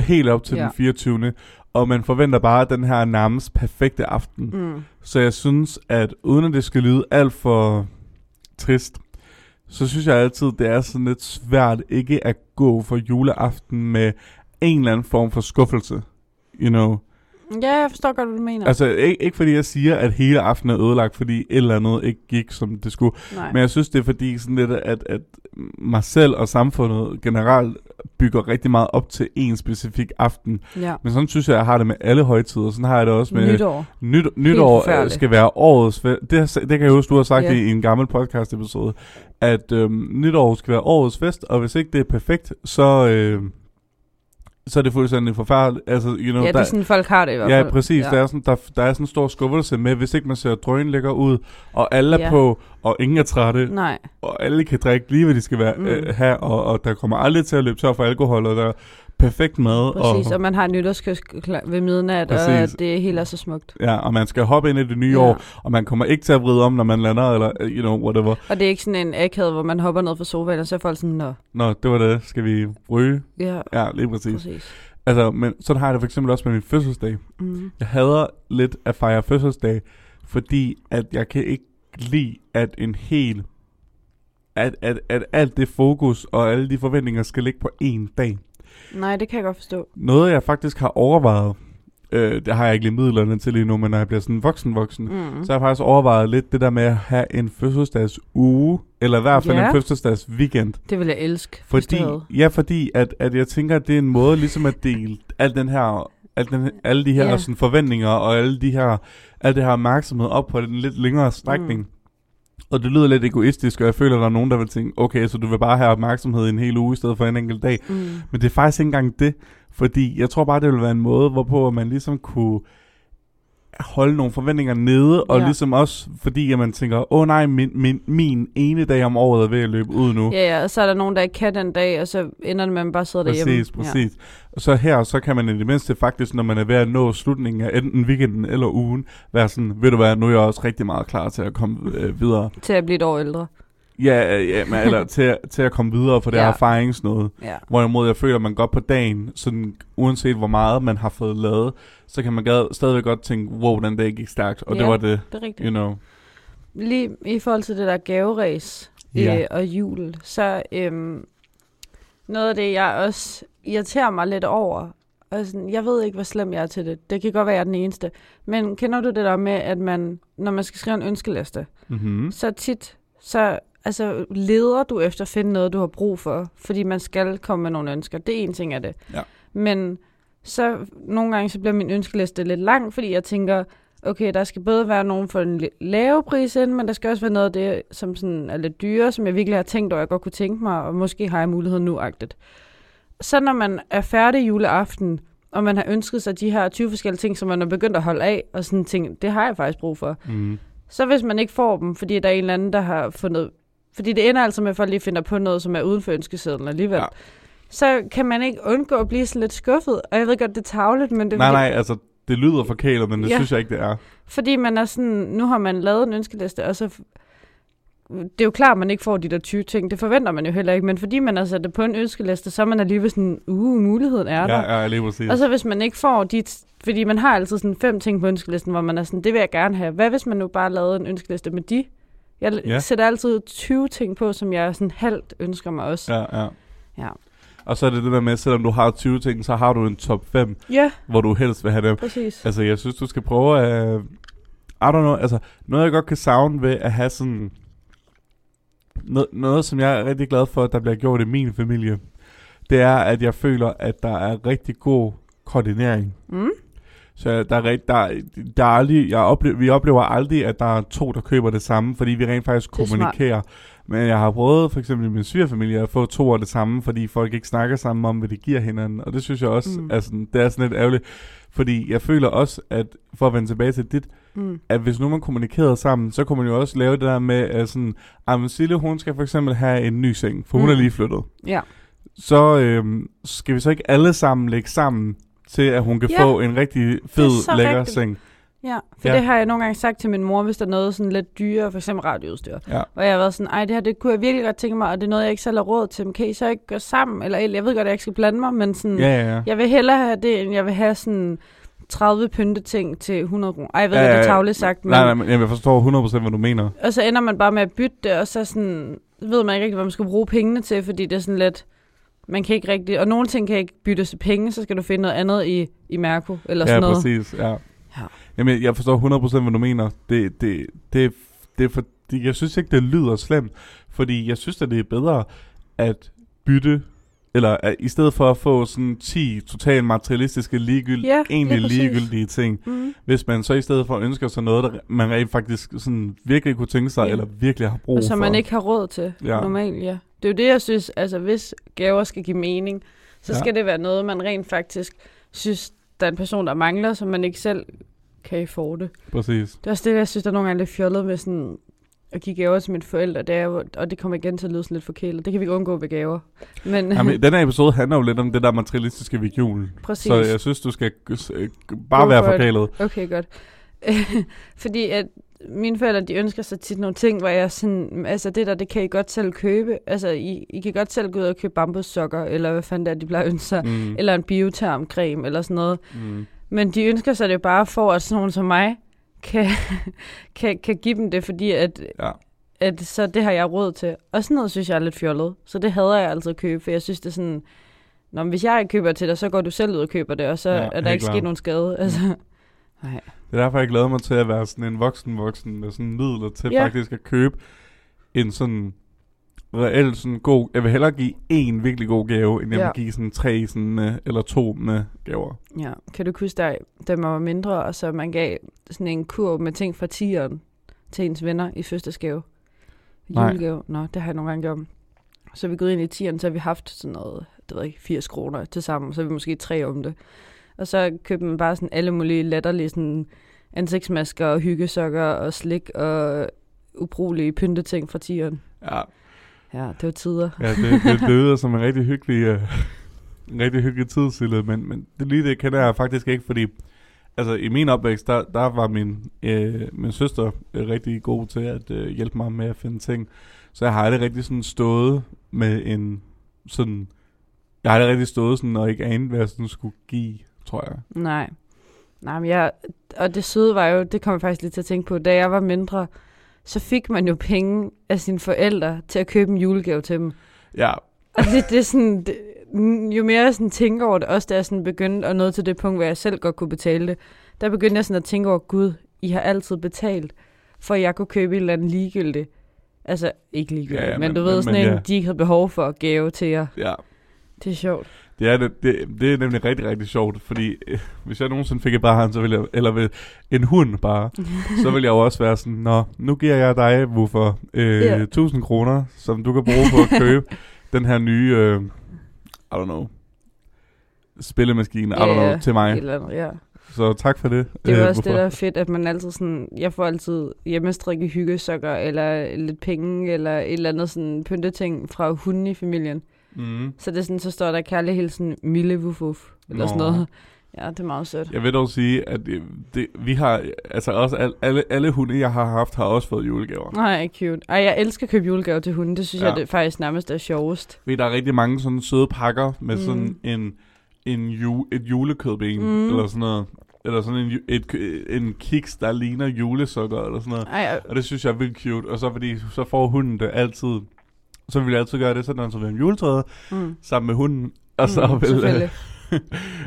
[SPEAKER 1] helt op til
[SPEAKER 2] Ja.
[SPEAKER 1] ja. den 24. Og man forventer bare den her nærmest perfekte aften. Mm.
[SPEAKER 2] Mm.
[SPEAKER 1] Så jeg synes, at uden at det skal lyde alt for trist, så synes jeg altid, det er sådan lidt svært ikke at gå for juleaften med en eller anden form for skuffelse. You know?
[SPEAKER 2] Ja, jeg forstår godt, hvad du mener.
[SPEAKER 1] Altså, ikke, ikke fordi jeg siger, at hele aftenen er ødelagt, fordi et eller andet ikke gik, som det skulle.
[SPEAKER 2] Nej.
[SPEAKER 1] Men jeg synes, det er fordi sådan lidt, at, at mig selv og samfundet generelt bygger rigtig meget op til en specifik aften.
[SPEAKER 2] ja.
[SPEAKER 1] Men sådan synes jeg, jeg har det med alle højtider. Sådan har jeg det også altså med...
[SPEAKER 2] Nytår.
[SPEAKER 1] Nyt, nytår øh,
[SPEAKER 2] forfærdeligt.
[SPEAKER 1] skal være årets... fe- Det, har- det kan jeg huske, du har sagt
[SPEAKER 2] Ja.
[SPEAKER 1] ja. i en gammel podcast episode, at øhm, nytår skal være årets fest, og hvis ikke det er perfekt, så, øh, så er det fuldstændig forfærdeligt. Altså, you know,
[SPEAKER 2] Ja, det
[SPEAKER 1] der,
[SPEAKER 2] er sådan, folk har det i hvert fald.
[SPEAKER 1] ja præcis.
[SPEAKER 2] Ja.
[SPEAKER 1] Ja. Der, er sådan, der, der er sådan en stor skuffelse med, hvis ikke man ser drøn lækker ud, og alle er
[SPEAKER 2] Ja.
[SPEAKER 1] på, og ingen er trætte,
[SPEAKER 2] Nej.
[SPEAKER 1] og alle kan drikke lige, hvad de skal være,
[SPEAKER 2] Mm.
[SPEAKER 1] mm. øh, have, og, og der kommer aldrig til at løbe tør for alkohol, og der er perfekt mad.
[SPEAKER 2] Præcis,
[SPEAKER 1] og,
[SPEAKER 2] og man har en nytårskys klar- ved midnat, og
[SPEAKER 1] Præcis.
[SPEAKER 2] at det hele er så smukt.
[SPEAKER 1] Ja, og man skal hoppe ind i det nye
[SPEAKER 2] Ja.
[SPEAKER 1] ja. år, og man kommer ikke til at vride om, når man lander, eller øh, you know, whatever.
[SPEAKER 2] Og det er ikke sådan en akad, hvor man hopper ned fra sofaen, og så er folk sådan, nå,
[SPEAKER 1] Nå, det var det. Skal vi ryge?
[SPEAKER 2] ja,
[SPEAKER 1] Ja, lige præcis.
[SPEAKER 2] præcis.
[SPEAKER 1] Altså, men sådan har jeg det for eksempel også med min fødselsdag.
[SPEAKER 2] Mm.
[SPEAKER 1] Jeg hader lidt at fejre fødselsdag, fordi at jeg kan ikke lide, at en hel... At, at, at alt det fokus og alle de forventninger skal ligge på én dag.
[SPEAKER 2] Nej, det kan jeg godt forstå.
[SPEAKER 1] Noget, jeg faktisk har overvejet, øh, det har jeg ikke lige midlerne til lige nu, men når jeg bliver sådan voksen-voksen,
[SPEAKER 2] Mm.
[SPEAKER 1] Så har jeg faktisk overvejet lidt det der med at have en fødselsdagsuge, eller i hvert fald
[SPEAKER 2] Ja.
[SPEAKER 1] en fødselsdagsweekend.
[SPEAKER 2] Det vil jeg elske. hvis
[SPEAKER 1] Fordi,
[SPEAKER 2] det havde.
[SPEAKER 1] ja, fordi at, at jeg tænker, at det er en måde ligesom at dele al den her, al den, alle de her
[SPEAKER 2] Ja.
[SPEAKER 1] yeah. sådan, forventninger og alle de her, al det her opmærksomhed op på den lidt længere strækning.
[SPEAKER 2] Mm.
[SPEAKER 1] Mm. Og det lyder lidt egoistisk, og jeg føler, at der er nogen, der vil tænke, okay, så du vil bare have opmærksomhed i en hel uge i stedet for en enkelt dag.
[SPEAKER 2] Mm.
[SPEAKER 1] Men det er faktisk ikke engang det, fordi jeg tror bare, det ville være en måde, hvorpå man ligesom kunne holde nogle forventninger nede, og
[SPEAKER 2] Ja.
[SPEAKER 1] ja. ligesom også, fordi at man tænker, åh oh, nej, min, min, min ene dag om året er ved at løbe ud nu.
[SPEAKER 2] Ja, ja, og så er der nogen, der ikke kan den dag, og så ender det med, at man bare sidder derhjemme.
[SPEAKER 1] præcis, præcis. Og så her, så kan man i det mindste faktisk, når man er ved at nå slutningen af enten weekenden eller ugen, være sådan, ved du hvad, nu er jeg også rigtig meget klar til at komme øh, videre.
[SPEAKER 2] Ja, til at blive et år ældre.
[SPEAKER 1] Ja, øh, ja men, eller til, at- til at komme videre på det
[SPEAKER 2] Ja.
[SPEAKER 1] ja. erfaringsnåde.
[SPEAKER 2] Ja.
[SPEAKER 1] Hvorimod jeg føler, at man godt på dagen, sådan, uanset hvor meget man har fået lavet, så kan man gad, stadigvæk godt tænke, wow, den dag gik stærkt, og
[SPEAKER 2] Ja.
[SPEAKER 1] det var det,
[SPEAKER 2] Det er rigtigt.
[SPEAKER 1] you know.
[SPEAKER 2] Lige i forhold til det der gaveræs ja.
[SPEAKER 1] Ja.
[SPEAKER 2] øh, og jul, så øhm, noget af det, jeg også irriterer mig lidt over, og sådan, jeg ved ikke, hvor slem jeg er til det. Det kan godt være, jeg er den eneste. Men kender du det der med, at man, når man skal skrive en ønskeliste,
[SPEAKER 1] Mm-hmm.
[SPEAKER 2] så tit, så altså, leder du efter at finde noget, du har brug for, fordi man skal komme med nogle ønsker. Det er en ting af det.
[SPEAKER 1] Ja.
[SPEAKER 2] Men så nogle gange, så bliver min ønskeliste lidt lang, fordi jeg tænker, okay, der skal både være nogen for en li- lave pris ind, men der skal også være noget af det, som sådan er lidt dyre, som jeg virkelig har tænkt over, jeg godt kunne tænke mig, og måske har jeg mulighed nu-agtigt. Så når man er færdig juleaften, og man har ønsket sig de her 20 forskellige ting, som man er begyndt at holde af, og sådan ting, det har jeg faktisk brug for
[SPEAKER 1] Mm.
[SPEAKER 2] Så hvis man ikke får dem, fordi der er en eller anden, der har fundet... Fordi det ender altså med, at folk lige finder på noget, som er uden for ønskesedlen alligevel.
[SPEAKER 1] Ja.
[SPEAKER 2] Ja. Så kan man ikke undgå at blive sådan lidt skuffet. Og jeg ved godt, det er tavlet, men det er
[SPEAKER 1] Nej,
[SPEAKER 2] fordi,
[SPEAKER 1] nej, altså, det lyder forkælet, men det ja.
[SPEAKER 2] Ja.
[SPEAKER 1] synes jeg ikke, det er.
[SPEAKER 2] fordi man er sådan... Nu har man lavet en ønskeliste, og så... Det er jo klart, at man ikke får de der 20 ting. Det forventer man jo heller ikke. Men fordi man har sat det på en ønskeliste, så er man alligevel sådan... Uh, muligheden er der.
[SPEAKER 1] Ja, ja, lige præcis.
[SPEAKER 2] Og så hvis man ikke får de... t- Fordi man har altid sådan fem ting på ønskelisten, hvor man er sådan, det vil jeg gerne have. Hvad hvis man nu bare lavede en ønskeliste med de? Jeg
[SPEAKER 1] Ja.
[SPEAKER 2] ja. sætter altid 20 ting på, som jeg sådan halvt ønsker mig også.
[SPEAKER 1] Ja, ja.
[SPEAKER 2] Ja.
[SPEAKER 1] Og så er det det der med, at selvom du har 20 ting, så har du en top 5,
[SPEAKER 2] Ja, ja
[SPEAKER 1] hvor du helst vil have dem.
[SPEAKER 2] præcis.
[SPEAKER 1] Altså, jeg synes, du skal prøve at... øh, I don't know, altså, noget jeg godt kan savne ved at have sådan... Noget, noget, som jeg er rigtig glad for, der bliver gjort i min familie, det er, at jeg føler, at der er rigtig god koordinering.
[SPEAKER 2] Mm?
[SPEAKER 1] Så der er, rigt- der, der er aldrig, jeg oplever, vi oplever aldrig, at der er to, der køber det samme, fordi vi rent faktisk
[SPEAKER 2] Det er smart.
[SPEAKER 1] kommunikerer. Men jeg har prøvet for eksempel i min svigerfamilie at få to af det samme, fordi folk ikke snakker sammen om, hvad de giver hinanden. Og det synes jeg også, mm.
[SPEAKER 2] Mm.
[SPEAKER 1] er sådan, det er sådan lidt ærgerligt. Fordi jeg føler også, at for at vende tilbage til dit,
[SPEAKER 2] Mm.
[SPEAKER 1] at hvis nu man kommunikerede sammen, så kunne man jo også lave det der med, at sådan, ah, men Sille, hun skal for eksempel have en ny seng, for hun
[SPEAKER 2] Mm.
[SPEAKER 1] er lige flyttet.
[SPEAKER 2] Ja.
[SPEAKER 1] Så øhm, skal vi så ikke alle sammen lægge sammen til, at hun kan
[SPEAKER 2] Ja.
[SPEAKER 1] få en rigtig
[SPEAKER 2] så
[SPEAKER 1] fed, lækker
[SPEAKER 2] rigtigt.
[SPEAKER 1] seng.
[SPEAKER 2] Ja, for
[SPEAKER 1] Ja.
[SPEAKER 2] ja. det har jeg nogle gange sagt til min mor, hvis der er noget sådan lidt dyrere, for eksempel radioudstyr.
[SPEAKER 1] Ja.
[SPEAKER 2] Og jeg har været sådan, ej, det her det kunne jeg virkelig godt tænke mig, og det er noget, jeg ikke selv har råd til. Men kan I så ikke gøre sammen? Eller jeg ved godt, at jeg ikke skal blande mig, men sådan,
[SPEAKER 1] Ja, ja, ja.
[SPEAKER 2] Jeg vil hellere have det, end jeg vil have sådan 30 pynteting til 100 kroner. Ej, jeg ved
[SPEAKER 1] Ja,
[SPEAKER 2] ja,
[SPEAKER 1] ja,
[SPEAKER 2] det er
[SPEAKER 1] ja.
[SPEAKER 2] tavligt sagt, men...
[SPEAKER 1] Nej, nej, men jamen, jeg forstår 100% hvad du mener.
[SPEAKER 2] Og så ender man bare med at bytte det, og så sådan, ved man ikke rigtig, hvad man skal bruge pengene til, fordi det er sådan lidt... Man kan ikke rigtig... Og nogle ting kan ikke byttes til penge, så skal du finde noget andet i, i Mærko, eller
[SPEAKER 1] ja,
[SPEAKER 2] sådan noget.
[SPEAKER 1] præcis. Ja.
[SPEAKER 2] Ja.
[SPEAKER 1] Jamen, jeg forstår 100% hvad du mener. Det, det, det, det er for, det, jeg synes ikke, det lyder slemt, fordi jeg synes, at det er bedre at bytte, eller at, i stedet for at få sådan 10 totalt materialistiske, ligegyld,
[SPEAKER 2] Ja,
[SPEAKER 1] egentlig
[SPEAKER 2] lige præcis.
[SPEAKER 1] ligegyldige ting,
[SPEAKER 2] Mm.
[SPEAKER 1] hvis man så i stedet for ønsker sig noget, der man rent faktisk sådan virkelig kunne tænke sig,
[SPEAKER 2] Ja.
[SPEAKER 1] eller virkelig har brug
[SPEAKER 2] Og som
[SPEAKER 1] for.
[SPEAKER 2] man ikke har råd til,
[SPEAKER 1] Ja.
[SPEAKER 2] ja. normalt, ja. Det er jo det, jeg synes, altså hvis gaver skal give mening, så
[SPEAKER 1] Ja.
[SPEAKER 2] ja. skal det være noget, man rent faktisk synes, der er en person, der mangler, som man ikke selv kan afforde.
[SPEAKER 1] Præcis.
[SPEAKER 2] Det er også det, jeg synes, der nogle gange er lidt fjollet med sådan at give gaver til mine forældre, det er jo, og det kommer igen til at lyde sådan lidt forkælet. Det kan vi ikke undgå ved gaver. Men
[SPEAKER 1] Jamen, den her episode handler jo lidt om det der materialistiske ved julen.
[SPEAKER 2] præcis.
[SPEAKER 1] Så jeg synes, du skal øh, bare
[SPEAKER 2] Go
[SPEAKER 1] være
[SPEAKER 2] for it.
[SPEAKER 1] forkælet.
[SPEAKER 2] Okay, godt. Fordi at mine forældre, de ønsker sig tit nogle ting, hvor jeg er sådan, altså det der, det kan I godt selv købe. Altså, I, I kan godt selv gå ud og købe bambussokker, eller hvad fanden det er, de plejer at ønske sig.
[SPEAKER 1] Mm.
[SPEAKER 2] Eller en biotermcreme, eller sådan noget.
[SPEAKER 1] Mm.
[SPEAKER 2] Men de ønsker sig det bare for, at sådan nogen som mig kan, kan, kan give dem det, fordi at,
[SPEAKER 1] Ja.
[SPEAKER 2] at så det har jeg råd til. Og sådan noget synes jeg er lidt fjollet. Så det hader jeg altid at købe, for jeg synes det er sådan, Nå, men hvis jeg ikke køber til dig, så går du selv ud og køber det, og så
[SPEAKER 1] Ja,
[SPEAKER 2] ja, er
[SPEAKER 1] helt
[SPEAKER 2] der ikke
[SPEAKER 1] klart.
[SPEAKER 2] sket nogen skade. Altså,
[SPEAKER 1] Det er derfor, jeg glæder mig til at være sådan en voksen-voksen med sådan midler til ja.
[SPEAKER 2] Ja.
[SPEAKER 1] faktisk at købe en sådan reelt sådan god... Jeg vil hellere give en virkelig god gave, end jeg ja.
[SPEAKER 2] Ja.
[SPEAKER 1] vil give sådan tre sådan, øh, eller to med gaver.
[SPEAKER 2] ja. Kan du ikke huske dig, da man var mindre, og så man gav sådan en kurv med ting fra tieren til ens venner i fødselsdagsgave?
[SPEAKER 1] Nej.
[SPEAKER 2] Julegave? Nå, det har jeg nogle gange gjort. Så er vi gået ind i tieren, så har vi haft sådan noget, det ved jeg ikke, 80 kroner til sammen, så er vi måske tre om det. Og så købte man bare sådan alle mulige latterlige sådan ansigtsmasker og hyggesokker og slik og ubrugelige pynteting fra tieren.
[SPEAKER 1] Ja,
[SPEAKER 2] Ja, det var tider.
[SPEAKER 1] ja det, det, det lyder som en rigtig hyggelig, øh, en rigtig hyggelig tid, Sille, men, men det lige det kender jeg faktisk ikke, fordi altså, i min opvækst, der, der var min, øh, min søster øh, rigtig god til at øh, hjælpe mig med at finde ting. Så jeg har aldrig rigtig sådan stået med en sådan... Jeg har aldrig rigtig stået sådan og ikke anet, hvad jeg sådan skulle give, tror jeg.
[SPEAKER 2] Nej. Nej, men jeg, og det søde var jo, det kom jeg faktisk lidt til at tænke på, da jeg var mindre, så fik man jo penge af sine forældre til at købe en julegave til dem.
[SPEAKER 1] Ja,
[SPEAKER 2] Og det, det er sådan, det, mm, jo mere jeg sådan tænker over det, også da jeg sådan begyndte at nå til det punkt, hvor jeg selv godt kunne betale det, der begyndte jeg sådan at tænke over, Gud, I har altid betalt, for at jeg kunne købe et eller andet ligegyldigt. Altså, ikke ligegyldigt,
[SPEAKER 1] Ja,
[SPEAKER 2] ja,
[SPEAKER 1] ja,
[SPEAKER 2] men,
[SPEAKER 1] men-
[SPEAKER 2] du ved,
[SPEAKER 1] men-
[SPEAKER 2] sådan
[SPEAKER 1] men
[SPEAKER 2] en,
[SPEAKER 1] ja.
[SPEAKER 2] de ikke havde behov for at gave til jer.
[SPEAKER 1] ja.
[SPEAKER 2] Det er sjovt.
[SPEAKER 1] Det er, det, det, det er nemlig rigtig, rigtig sjovt, fordi øh, hvis jeg nogensinde fik et barn, så ville jeg, eller vil, en hund bare, så ville jeg jo også være sådan, Nå, nu giver jeg dig, hvorfor, øh,
[SPEAKER 2] Ja.
[SPEAKER 1] 1000 kroner, som du kan bruge på at købe den her nye, øh, I don't know, spillemaskine, I
[SPEAKER 2] Ja,
[SPEAKER 1] don't know,
[SPEAKER 2] ja.
[SPEAKER 1] til
[SPEAKER 2] Et
[SPEAKER 1] mig.
[SPEAKER 2] eller andet, ja.
[SPEAKER 1] Så tak for det.
[SPEAKER 2] Det er jo
[SPEAKER 1] øh,
[SPEAKER 2] også det,
[SPEAKER 1] hvorfor-
[SPEAKER 2] der er fedt, at man altid sådan, jeg får altid hjemmestrikke hyggesokker, eller lidt penge, eller et eller andet sådan pynteting fra hunden i familien.
[SPEAKER 1] Mm.
[SPEAKER 2] Så det er sådan, så står der kærlig hilsen, Mille Wuf Wuf, eller sådan
[SPEAKER 1] Nå.
[SPEAKER 2] noget. Ja, det er meget sødt.
[SPEAKER 1] Jeg vil dog sige, at det, det, vi har, altså også al, alle, alle hunde, jeg har haft, har også fået julegaver. Mm.
[SPEAKER 2] Nej, cute. Ej, jeg elsker at købe julegaver til hunden. Det synes
[SPEAKER 1] Ja.
[SPEAKER 2] ja. jeg det er faktisk nærmest er sjovest.
[SPEAKER 1] Ved, der er rigtig mange sådan søde pakker med mm.
[SPEAKER 2] Mm.
[SPEAKER 1] sådan en, en ju, et julekødben, mm.
[SPEAKER 2] Mm.
[SPEAKER 1] eller sådan noget. Eller sådan en, ju- et, kø- en kiks, der ligner julesukker, eller sådan noget.
[SPEAKER 2] Ej, jeg-
[SPEAKER 1] Og det synes jeg er vildt cute. Og så fordi, så får hunden det altid. Så vil jeg altid gøre det, sådan når han så ved juletræet,
[SPEAKER 2] mm,
[SPEAKER 1] sammen med hunden. Og så,
[SPEAKER 2] mm,
[SPEAKER 1] mm, vil,
[SPEAKER 2] selvfølgelig.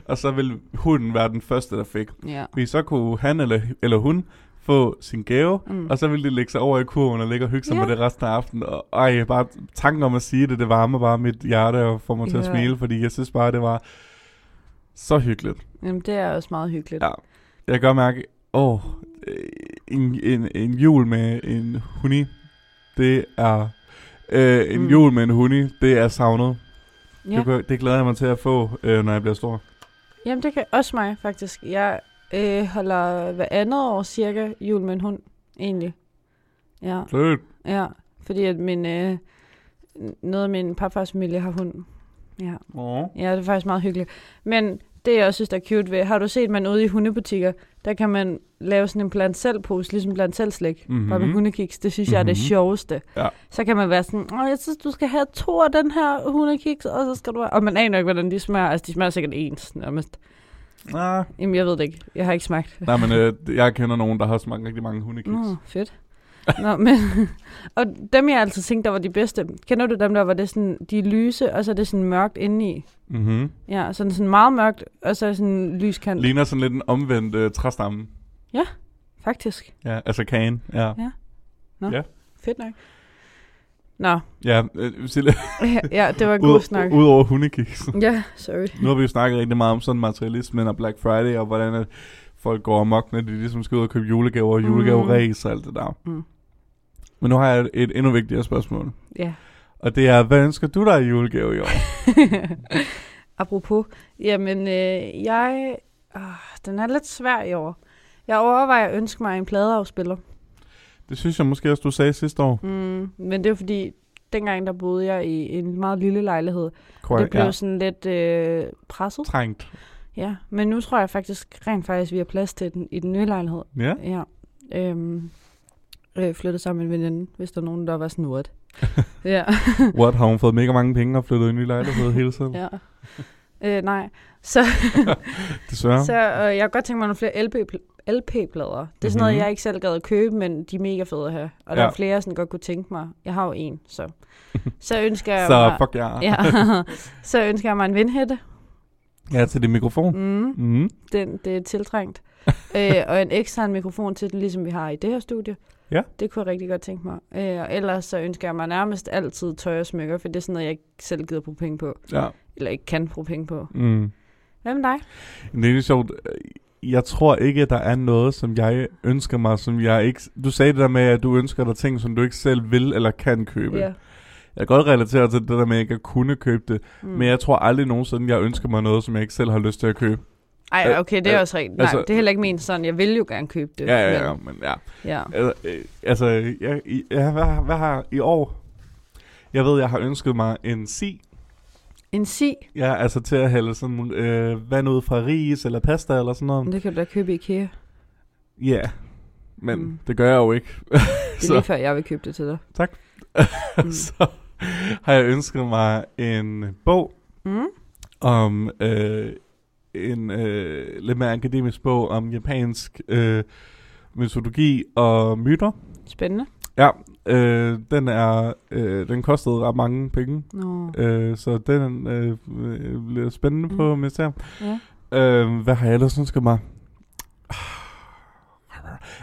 [SPEAKER 1] og så vil hunden være den første, der fik.
[SPEAKER 2] Ja.
[SPEAKER 1] Fordi så kunne han eller, eller hun få sin gave,
[SPEAKER 2] Mm.
[SPEAKER 1] Og så ville de lægge sig over i kurven og ligge og hygge sig
[SPEAKER 2] Ja.
[SPEAKER 1] med det resten af aftenen. Og ej, bare tanken om at sige det, det varmer bare mit hjerte og får mig til at
[SPEAKER 2] Ja.
[SPEAKER 1] smile, fordi jeg synes bare, det var så hyggeligt.
[SPEAKER 2] Jamen, det er også meget hyggeligt.
[SPEAKER 1] Ja. Jeg kan godt mærke, åh, øh, en, en, en jul med en huni, det er... Øh, en
[SPEAKER 2] Mm.
[SPEAKER 1] mm. jul med en huni, det er savnet.
[SPEAKER 2] Ja.
[SPEAKER 1] Det, kan- det glæder jeg mig til at få, øh, når jeg bliver stor.
[SPEAKER 2] Jamen, det kan også mig, faktisk. Jeg øh, holder hver andet år cirka jul med en hund, egentlig. Ja,
[SPEAKER 1] Flødt.
[SPEAKER 2] ja. Fordi at min, øh, noget af min papfars familie har hund. Ja.
[SPEAKER 1] Åh.
[SPEAKER 2] ja, det er faktisk meget hyggeligt. Men det, jeg også synes, der er cute ved, har du set, man ude i hundebutikker, der kan man lave sådan en blandt selv pose, ligesom blandt selv slik, mm-hmm. bare med
[SPEAKER 1] Mhm.
[SPEAKER 2] hundekiks. Det synes mm-hmm. jeg er det
[SPEAKER 1] Mhm.
[SPEAKER 2] sjoveste.
[SPEAKER 1] Ja.
[SPEAKER 2] Så kan man være sådan, Åh, jeg synes, du skal have to af den her hundekiks, og så skal du have... Og man aner ikke, hvordan de smager. Altså, de smager sikkert ens nærmest.
[SPEAKER 1] Ah.
[SPEAKER 2] Jamen, jeg ved det ikke. Jeg har ikke smagt.
[SPEAKER 1] Nej, men øh, jeg kender nogen, der har smagt rigtig mange hundekiks.
[SPEAKER 2] Nå, fedt. Nå, men, og dem, jeg altid tænkte, der var de bedste. Kender du dem, der var det sådan, de er lyse, og så er det sådan mørkt indeni?
[SPEAKER 1] Mm-hmm.
[SPEAKER 2] Ja, sådan, sådan meget mørkt, og så er det sådan lyskant.
[SPEAKER 1] Ligner sådan lidt en omvendt øh, træstamme.
[SPEAKER 2] Faktisk.
[SPEAKER 1] Ja, altså kagen, ja.
[SPEAKER 2] Fedt nok. Nå,
[SPEAKER 1] Ja, øh, Sille,
[SPEAKER 2] ja, det var en god snak.
[SPEAKER 1] ud, udover hundekiks.
[SPEAKER 2] Ja, sorry.
[SPEAKER 1] Nu har vi jo snakket rigtig meget om sådan materialismen og Black Friday, og hvordan at folk går amok, når de ligesom skal ud og købe julegaver og
[SPEAKER 2] Mm.
[SPEAKER 1] julegaveræs og alt det der.
[SPEAKER 2] Mm.
[SPEAKER 1] Men nu har jeg et, et endnu vigtigere spørgsmål.
[SPEAKER 2] Ja.
[SPEAKER 1] Og det er, hvad ønsker du dig i julegave i år?
[SPEAKER 2] Apropos, jamen, øh, jeg... Øh, den er lidt svær i år. Jeg overvejer at ønske mig en pladeafspiller.
[SPEAKER 1] Det synes jeg måske også, du sagde sidste år.
[SPEAKER 2] Mm, men det er fordi, dengang der boede jeg i en meget lille lejlighed. Og det blev
[SPEAKER 1] ja.
[SPEAKER 2] sådan lidt øh, presset.
[SPEAKER 1] trængt.
[SPEAKER 2] Ja, men nu tror jeg faktisk rent faktisk, vi har plads til den i den nye lejlighed.
[SPEAKER 1] Ja,
[SPEAKER 2] Ja. Øhm, øh, flyttet sammen med en veninde, hvis der er nogen, der var sådan noget. ja.
[SPEAKER 1] Uh. what? Har hun fået mega mange penge og flyttet ind i lejlighed hele tiden? ja.
[SPEAKER 2] ja. Øh, nej. Så,
[SPEAKER 1] Desværre.
[SPEAKER 2] så øh, jeg har godt tænkt mig nogle flere LP, LP-plader. Det er sådan noget,
[SPEAKER 1] Mhm.
[SPEAKER 2] jeg ikke selv gad at købe, men de er mega fede her. Og der
[SPEAKER 1] Ja.
[SPEAKER 2] er flere, jeg sådan godt kunne tænke mig. Jeg har jo en, så. Så ønsker jeg
[SPEAKER 1] Så
[SPEAKER 2] mig...
[SPEAKER 1] fuck ja.
[SPEAKER 2] Ja. så ønsker jeg mig en vindhætte.
[SPEAKER 1] Ja, til din mikrofon.
[SPEAKER 2] Mm,
[SPEAKER 1] Mm.
[SPEAKER 2] den, det er tiltrængt. øh, og en ekstern mikrofon til den, ligesom vi har i det her studie.
[SPEAKER 1] Ja.
[SPEAKER 2] Det kunne jeg rigtig godt tænke mig. Øh, og ellers så ønsker jeg mig nærmest altid tøj og smykker, for det er sådan noget, jeg ikke selv gider bruge penge på.
[SPEAKER 1] Ja.
[SPEAKER 2] Eller ikke kan bruge penge på.
[SPEAKER 1] Mm.
[SPEAKER 2] Hvad med dig?
[SPEAKER 1] Men Det er lidt sjovt. øh, Jeg tror ikke, der er noget, som jeg ønsker mig, som jeg ikke... Du sagde det der med, at du ønsker dig ting, som du ikke selv vil eller kan købe.
[SPEAKER 2] Ja.
[SPEAKER 1] Jeg kan godt relatere til det der med, at jeg ikke har kunne købe det.
[SPEAKER 2] Mm.
[SPEAKER 1] Men jeg tror aldrig nogensinde, jeg ønsker mig noget, som jeg ikke selv har lyst til at købe.
[SPEAKER 2] Ej, okay, det er også rigtigt. Nej,
[SPEAKER 1] altså-
[SPEAKER 2] altså, det er heller ikke ment sådan. Jeg vil jo gerne købe det.
[SPEAKER 1] Ja, ja, ja.
[SPEAKER 2] men-
[SPEAKER 1] Men ja.
[SPEAKER 2] ja.
[SPEAKER 1] Altså, øh, altså jeg, ja, hvad, hvad har i år? Jeg ved, jeg har ønsket mig en si.
[SPEAKER 2] En si,
[SPEAKER 1] Ja, altså til at hælde sådan øh, vand ud fra ris eller pasta eller sådan noget.
[SPEAKER 2] det kan du da købe i IKEA.
[SPEAKER 1] Ja, yeah. men
[SPEAKER 2] Mm.
[SPEAKER 1] mm. det gør jeg jo ikke.
[SPEAKER 2] Det er lige før, jeg vil købe det til dig.
[SPEAKER 1] Tak.
[SPEAKER 2] Mm.
[SPEAKER 1] så har jeg ønsket mig en bog
[SPEAKER 2] Mm?
[SPEAKER 1] om øh, en øh, lidt mere akademisk bog om japansk øh, mytologi og myter.
[SPEAKER 2] Spændende.
[SPEAKER 1] Ja, øh, den er øh, den kostede ret mange penge,
[SPEAKER 2] Nå.
[SPEAKER 1] øh, så den øh, øh, bliver spændende mm. på museum.
[SPEAKER 2] Ja.
[SPEAKER 1] Øh, hvad har jeg ellers ønsket mig?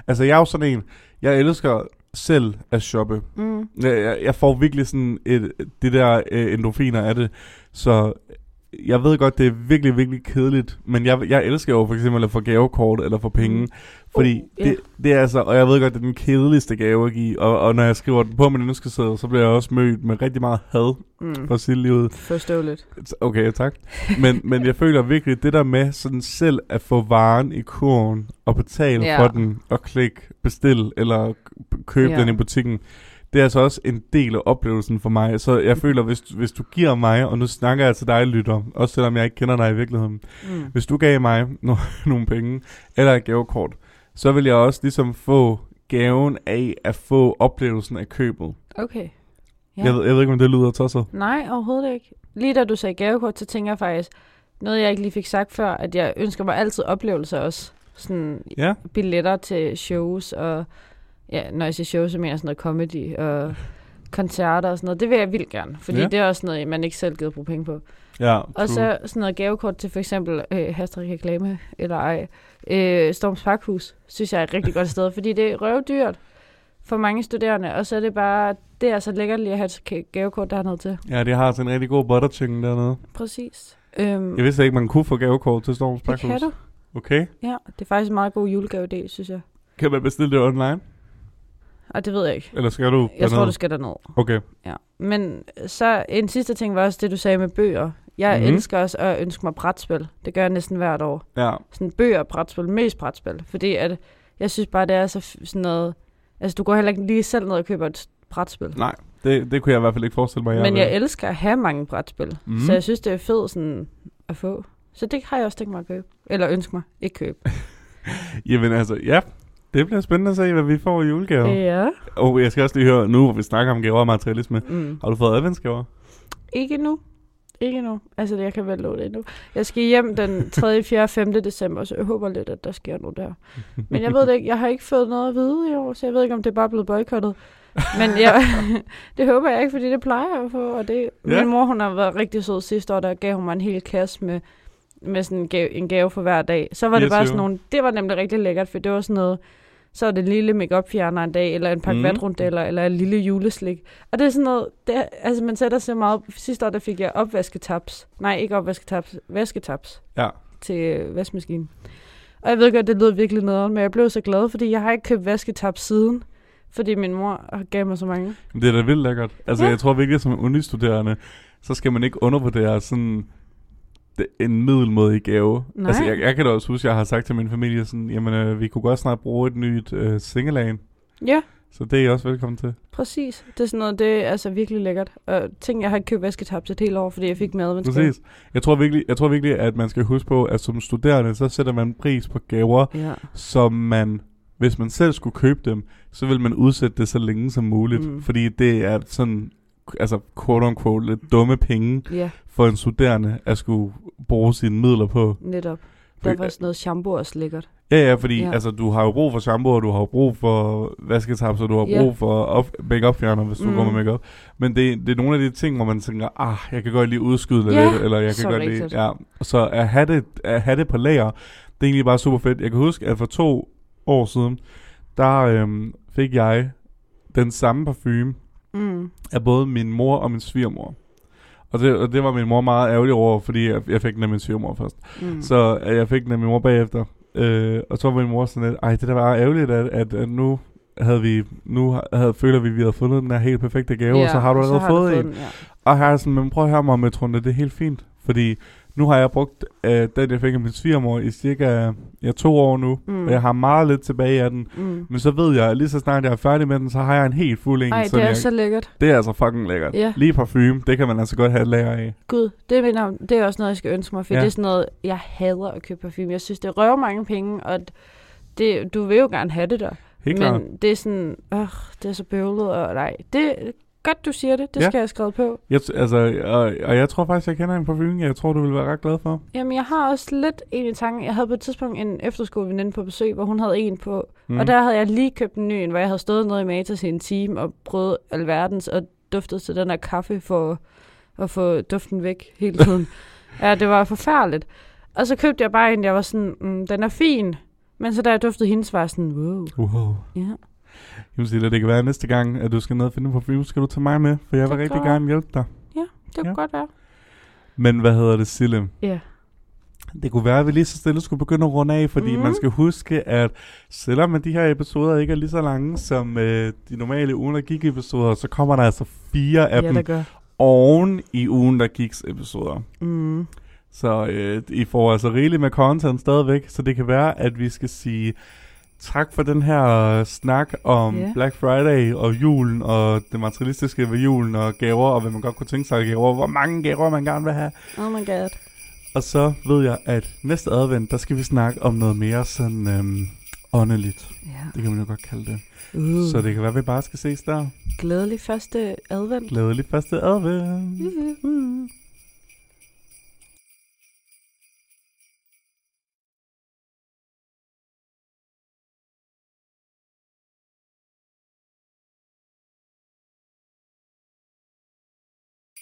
[SPEAKER 1] Altså, jeg er jo sådan en, jeg elsker selv at shoppe.
[SPEAKER 2] Mm.
[SPEAKER 1] Jeg, jeg, jeg får virkelig sådan et, det der øh, endorfiner af det. Så jeg ved godt, det er virkelig, virkelig kedeligt, men jeg, jeg elsker jo for eksempel at få gavekort eller få penge, fordi
[SPEAKER 2] Uh,
[SPEAKER 1] uh,
[SPEAKER 2] ja.
[SPEAKER 1] det, det er altså, og jeg ved godt, det er den kedeligste gave at give, og, og når jeg skriver den på min ønskeseddel, så bliver jeg også mødt med rigtig meget had
[SPEAKER 2] Mm.
[SPEAKER 1] fra livet.
[SPEAKER 2] Forståeligt.
[SPEAKER 1] Okay, tak. Men, men jeg føler virkelig, det der med sådan selv at få varen i kurven og betale
[SPEAKER 2] Ja.
[SPEAKER 1] for den og klikke bestil eller k- købe
[SPEAKER 2] Ja.
[SPEAKER 1] den i butikken, det er altså også en del af oplevelsen for mig. Så jeg føler, hvis, hvis du giver mig, og nu snakker jeg til dig, lytter, også selvom jeg ikke kender dig i virkeligheden,
[SPEAKER 2] Mm.
[SPEAKER 1] hvis du gav mig no- nogle penge eller et gavekort, så vil jeg også ligesom få gaven af at få oplevelsen af købet.
[SPEAKER 2] Okay.
[SPEAKER 1] Ja. Jeg, ved, jeg ved ikke, om det lyder tosset.
[SPEAKER 2] Nej, overhovedet ikke. Lige da du sagde gavekort, så tænker jeg faktisk, noget jeg ikke lige fik sagt før, at jeg ønsker mig altid oplevelser også. Sådan
[SPEAKER 1] Ja.
[SPEAKER 2] billetter til shows, og ja, når jeg siger shows, så mener jeg sådan noget comedy, og koncerter og sådan noget. Det vil jeg vildt gerne, fordi
[SPEAKER 1] Ja.
[SPEAKER 2] ja. det er også noget, man ikke selv gider bruge penge på.
[SPEAKER 1] Ja,
[SPEAKER 2] Og
[SPEAKER 1] true.
[SPEAKER 2] så sådan noget gavekort til for eksempel øh, hashtag reklame, eller ej, øh, Storms Parkhus, synes jeg er et rigtig godt sted, fordi det er røvdyrt for mange studerende, og så er det bare, det er så lækkert lige at have et ka- gavekort dernede til.
[SPEAKER 1] Ja, det har sådan en rigtig god butterchicken dernede.
[SPEAKER 2] Præcis. Øhm,
[SPEAKER 1] Jeg vidste ikke, man kunne få gavekort til Storms
[SPEAKER 2] det kan
[SPEAKER 1] Pakhus.
[SPEAKER 2] du.
[SPEAKER 1] Okay.
[SPEAKER 2] Ja, det er faktisk en meget god julegavedel, synes jeg.
[SPEAKER 1] Kan man bestille det online?
[SPEAKER 2] Og det ved jeg ikke.
[SPEAKER 1] Eller skal du
[SPEAKER 2] Jeg tror,
[SPEAKER 1] derned?
[SPEAKER 2] du skal derned.
[SPEAKER 1] Okay.
[SPEAKER 2] Ja. Men øh, så en sidste ting var også det, du sagde med bøger. Jeg
[SPEAKER 1] Mhm.
[SPEAKER 2] mm-hmm. elsker også at ønske mig brætspil. Det gør jeg næsten hvert år.
[SPEAKER 1] Ja.
[SPEAKER 2] sådan bøger og brætspil, mest brætspil, fordi at jeg synes bare, det er så f- sådan noget, altså du går heller ikke lige selv ned og køber et brætspil.
[SPEAKER 1] Nej, det, det kunne jeg i hvert fald ikke forestille mig.
[SPEAKER 2] Men
[SPEAKER 1] ville.
[SPEAKER 2] jeg elsker at have mange brætspil,
[SPEAKER 1] Mhm.
[SPEAKER 2] mm. så jeg synes, det er fedt sådan at få. Så det har jeg også tænkt mig at købe. Eller ønske mig, ikke købe.
[SPEAKER 1] Jamen altså, ja. Det bliver spændende at se, hvad vi får i julegave. Øh.
[SPEAKER 2] Ja.
[SPEAKER 1] Og jeg skal også lige høre nu, hvor vi snakker om gaver og materialisme.
[SPEAKER 2] Mm.
[SPEAKER 1] Har du fået adventsgaver?
[SPEAKER 2] Ikke nu. Ikke nu. Altså, jeg kan vel love det endnu. Jeg skal hjem den 3., 4., 5. december, så jeg håber lidt, at der sker noget der. Men jeg ved det ikke. Jeg har ikke fået noget at vide i år, så jeg ved ikke, om det er bare blevet boykottet. Men jeg, det håber jeg ikke, fordi det plejer jeg at få. Og det,
[SPEAKER 1] Ja.
[SPEAKER 2] ja. Min mor, hun har været rigtig sød sidste år, der gav hun mig en hel kasse med, med sådan en, gave, en gave for hver dag. Så var det
[SPEAKER 1] Yes,
[SPEAKER 2] bare
[SPEAKER 1] jo.
[SPEAKER 2] sådan nogle, det var nemlig rigtig lækkert, for det var sådan noget, så var det en lille make fjerner en dag, eller en pakke
[SPEAKER 1] Mm.
[SPEAKER 2] mm. vatrundeller, eller en lille juleslik. Og det er sådan noget, det er, altså man sætter sig meget. Sidste år, der fik jeg opvasketaps. Nej, ikke opvasketaps, vasketaps
[SPEAKER 1] Ja.
[SPEAKER 2] til øh, vaskemaskinen. Og jeg ved godt, det lød virkelig nederen, men jeg blev så glad, fordi jeg har ikke købt vasketaps siden. Fordi min mor gav mig så mange.
[SPEAKER 1] Jamen, Det er da vildt lækkert. Altså, ja.
[SPEAKER 2] Ja.
[SPEAKER 1] jeg tror virkelig, som unistuderende, så skal man ikke undervurdere sådan det- en middelmådig gave.
[SPEAKER 2] Nej.
[SPEAKER 1] Altså, jeg, jeg kan da også huske, jeg har sagt til min familie sådan, jamen, øh, vi kunne godt snart bruge et nyt øh, singelagen.
[SPEAKER 2] Ja,
[SPEAKER 1] Så det er I også velkommen til.
[SPEAKER 2] præcis. Det er sådan noget, det er altså virkelig lækkert. Og ting, jeg har ikke købt vasketaps et helt år, fordi jeg fik med.
[SPEAKER 1] Præcis. Jeg tror, virkelig, jeg tror virkelig, at man skal huske på, at som studerende, så sætter man pris på gaver,
[SPEAKER 2] Ja.
[SPEAKER 1] som man, hvis man selv skulle købe dem, så vil man udsætte det så længe som muligt. Mm.
[SPEAKER 2] Mm.
[SPEAKER 1] Fordi det er sådan, altså quote unquote, lidt dumme penge
[SPEAKER 2] Ja,
[SPEAKER 1] for en studerende at skulle bruge sine midler på.
[SPEAKER 2] netop.
[SPEAKER 1] Fordi- øh,
[SPEAKER 2] Der var sådan noget shampoo også lækkert.
[SPEAKER 1] Ja, ja, fordi ja.
[SPEAKER 2] Ja.
[SPEAKER 1] Altså, du har jo brug for shampoo, og du har jo brug for vasketaps, og du har
[SPEAKER 2] Ja.
[SPEAKER 1] brug for op- make-up fjerner, hvis du mm.
[SPEAKER 2] Mm.
[SPEAKER 1] går med make-up. Men det, det er nogle af de ting, hvor man tænker, ah, jeg kan godt lige udskyde det
[SPEAKER 2] Ja,
[SPEAKER 1] lidt, eller jeg kan
[SPEAKER 2] så
[SPEAKER 1] godt
[SPEAKER 2] rigtigt.
[SPEAKER 1] lige... Ja. Så at have, det, at have det på lager, det er egentlig bare super fedt. Jeg kan huske, at for to år siden, der øhm, fik jeg den samme parfume
[SPEAKER 2] Mm.
[SPEAKER 1] af både min mor og min svigermor. Og det, og det var min mor meget ærgerlig over, fordi jeg, jeg fik den af min svigermor først.
[SPEAKER 2] Mm.
[SPEAKER 1] Så øh, jeg fik den af min mor bagefter. Øh, og så var min mor sådan lidt, ej, det der var ærgerligt, at, at, at nu havde vi, nu havde, føler vi, at vi havde fundet den her helt perfekte gave, ja, og så har du allerede fået, en.
[SPEAKER 2] den, ja.
[SPEAKER 1] Og her er jeg sådan, men prøv at høre mig, Metrone, det er helt fint. Fordi nu har jeg brugt øh, den, jeg fik af min svigermor i cirka ja, to år nu, mm.
[SPEAKER 2] Mm.
[SPEAKER 1] og jeg har meget lidt tilbage af den.
[SPEAKER 2] Mm.
[SPEAKER 1] Men så ved jeg, at lige så snart jeg er færdig med den, så har jeg en helt fuld en.
[SPEAKER 2] Ej,
[SPEAKER 1] som
[SPEAKER 2] det er
[SPEAKER 1] jeg,
[SPEAKER 2] så lækkert.
[SPEAKER 1] det er altså fucking lækkert.
[SPEAKER 2] Ja.
[SPEAKER 1] Lige parfume, det kan man altså godt have et lager af.
[SPEAKER 2] Gud, det er, mit navn. det er også noget, jeg skal ønske mig, for
[SPEAKER 1] Ja.
[SPEAKER 2] ja. det er sådan noget, jeg hader at købe parfume. Jeg synes, det røver mange penge, og det, du vil jo gerne have det der.
[SPEAKER 1] Helt klart.
[SPEAKER 2] men det er sådan, øh, det er så bøvlet, og nej, det godt, du siger det, det
[SPEAKER 1] Ja.
[SPEAKER 2] ja. skal jeg skrive på.
[SPEAKER 1] Jeg, t- altså, og, og jeg tror faktisk, jeg kender en parfume, jeg tror, du vil være ret glad for.
[SPEAKER 2] Jamen, jeg har også lidt en i tanken. Jeg havde på et tidspunkt en efterskoleveninde på besøg, hvor hun havde en på,
[SPEAKER 1] Mm.
[SPEAKER 2] mm. og der havde jeg lige købt en ny en, hvor jeg havde stået nede i Matas i en time og prøvet alverdens og duftet til den her kaffe for at få duften væk hele tiden. ja, det var forfærdeligt. Og så købte jeg bare en, jeg var sådan, mm, den er fin. Men så da jeg duftede hendes, var jeg sådan, wow.
[SPEAKER 1] Wow.
[SPEAKER 2] Ja.
[SPEAKER 1] Jamen Silla, det kan være at næste gang, at du skal ned og finde en parfume, skal du tage mig med, for jeg vil
[SPEAKER 2] Det
[SPEAKER 1] rigtig
[SPEAKER 2] gør jeg.
[SPEAKER 1] gerne hjælpe dig.
[SPEAKER 2] Det kunne
[SPEAKER 1] Ja.
[SPEAKER 2] ja. godt være.
[SPEAKER 1] Men hvad hedder det, Sille?
[SPEAKER 2] Ja.
[SPEAKER 1] Det kunne være, at vi lige så stille skulle begynde at runde af, fordi mm.
[SPEAKER 2] Mhm.
[SPEAKER 1] man skal huske, at selvom at de her episoder ikke er lige så lange som øh, de normale ugen, der gik episoder, så kommer der altså fire af
[SPEAKER 2] ja,
[SPEAKER 1] dem
[SPEAKER 2] der gør.
[SPEAKER 1] oven i ugen, der gik episoder.
[SPEAKER 2] Mm.
[SPEAKER 1] Så øh, I får altså rigeligt med content stadigvæk, så det kan være, at vi skal sige tak for den her øh, snak om
[SPEAKER 2] Ja.
[SPEAKER 1] yeah. Black Friday og julen og det materialistiske ved julen og gaver og hvad man godt kunne tænke sig af gaver, hvor mange gaver man gerne vil have.
[SPEAKER 2] Oh my god.
[SPEAKER 1] Og så ved jeg, at næste advent, der skal vi snakke om noget mere sådan øhm, åndeligt.
[SPEAKER 2] Ja.
[SPEAKER 1] Det kan man jo godt kalde det.
[SPEAKER 2] Uh.
[SPEAKER 1] Så det kan være, at vi bare skal ses der.
[SPEAKER 2] Glædelig første advent.
[SPEAKER 1] Glædelig første advent.
[SPEAKER 2] Mhm.
[SPEAKER 1] Mm.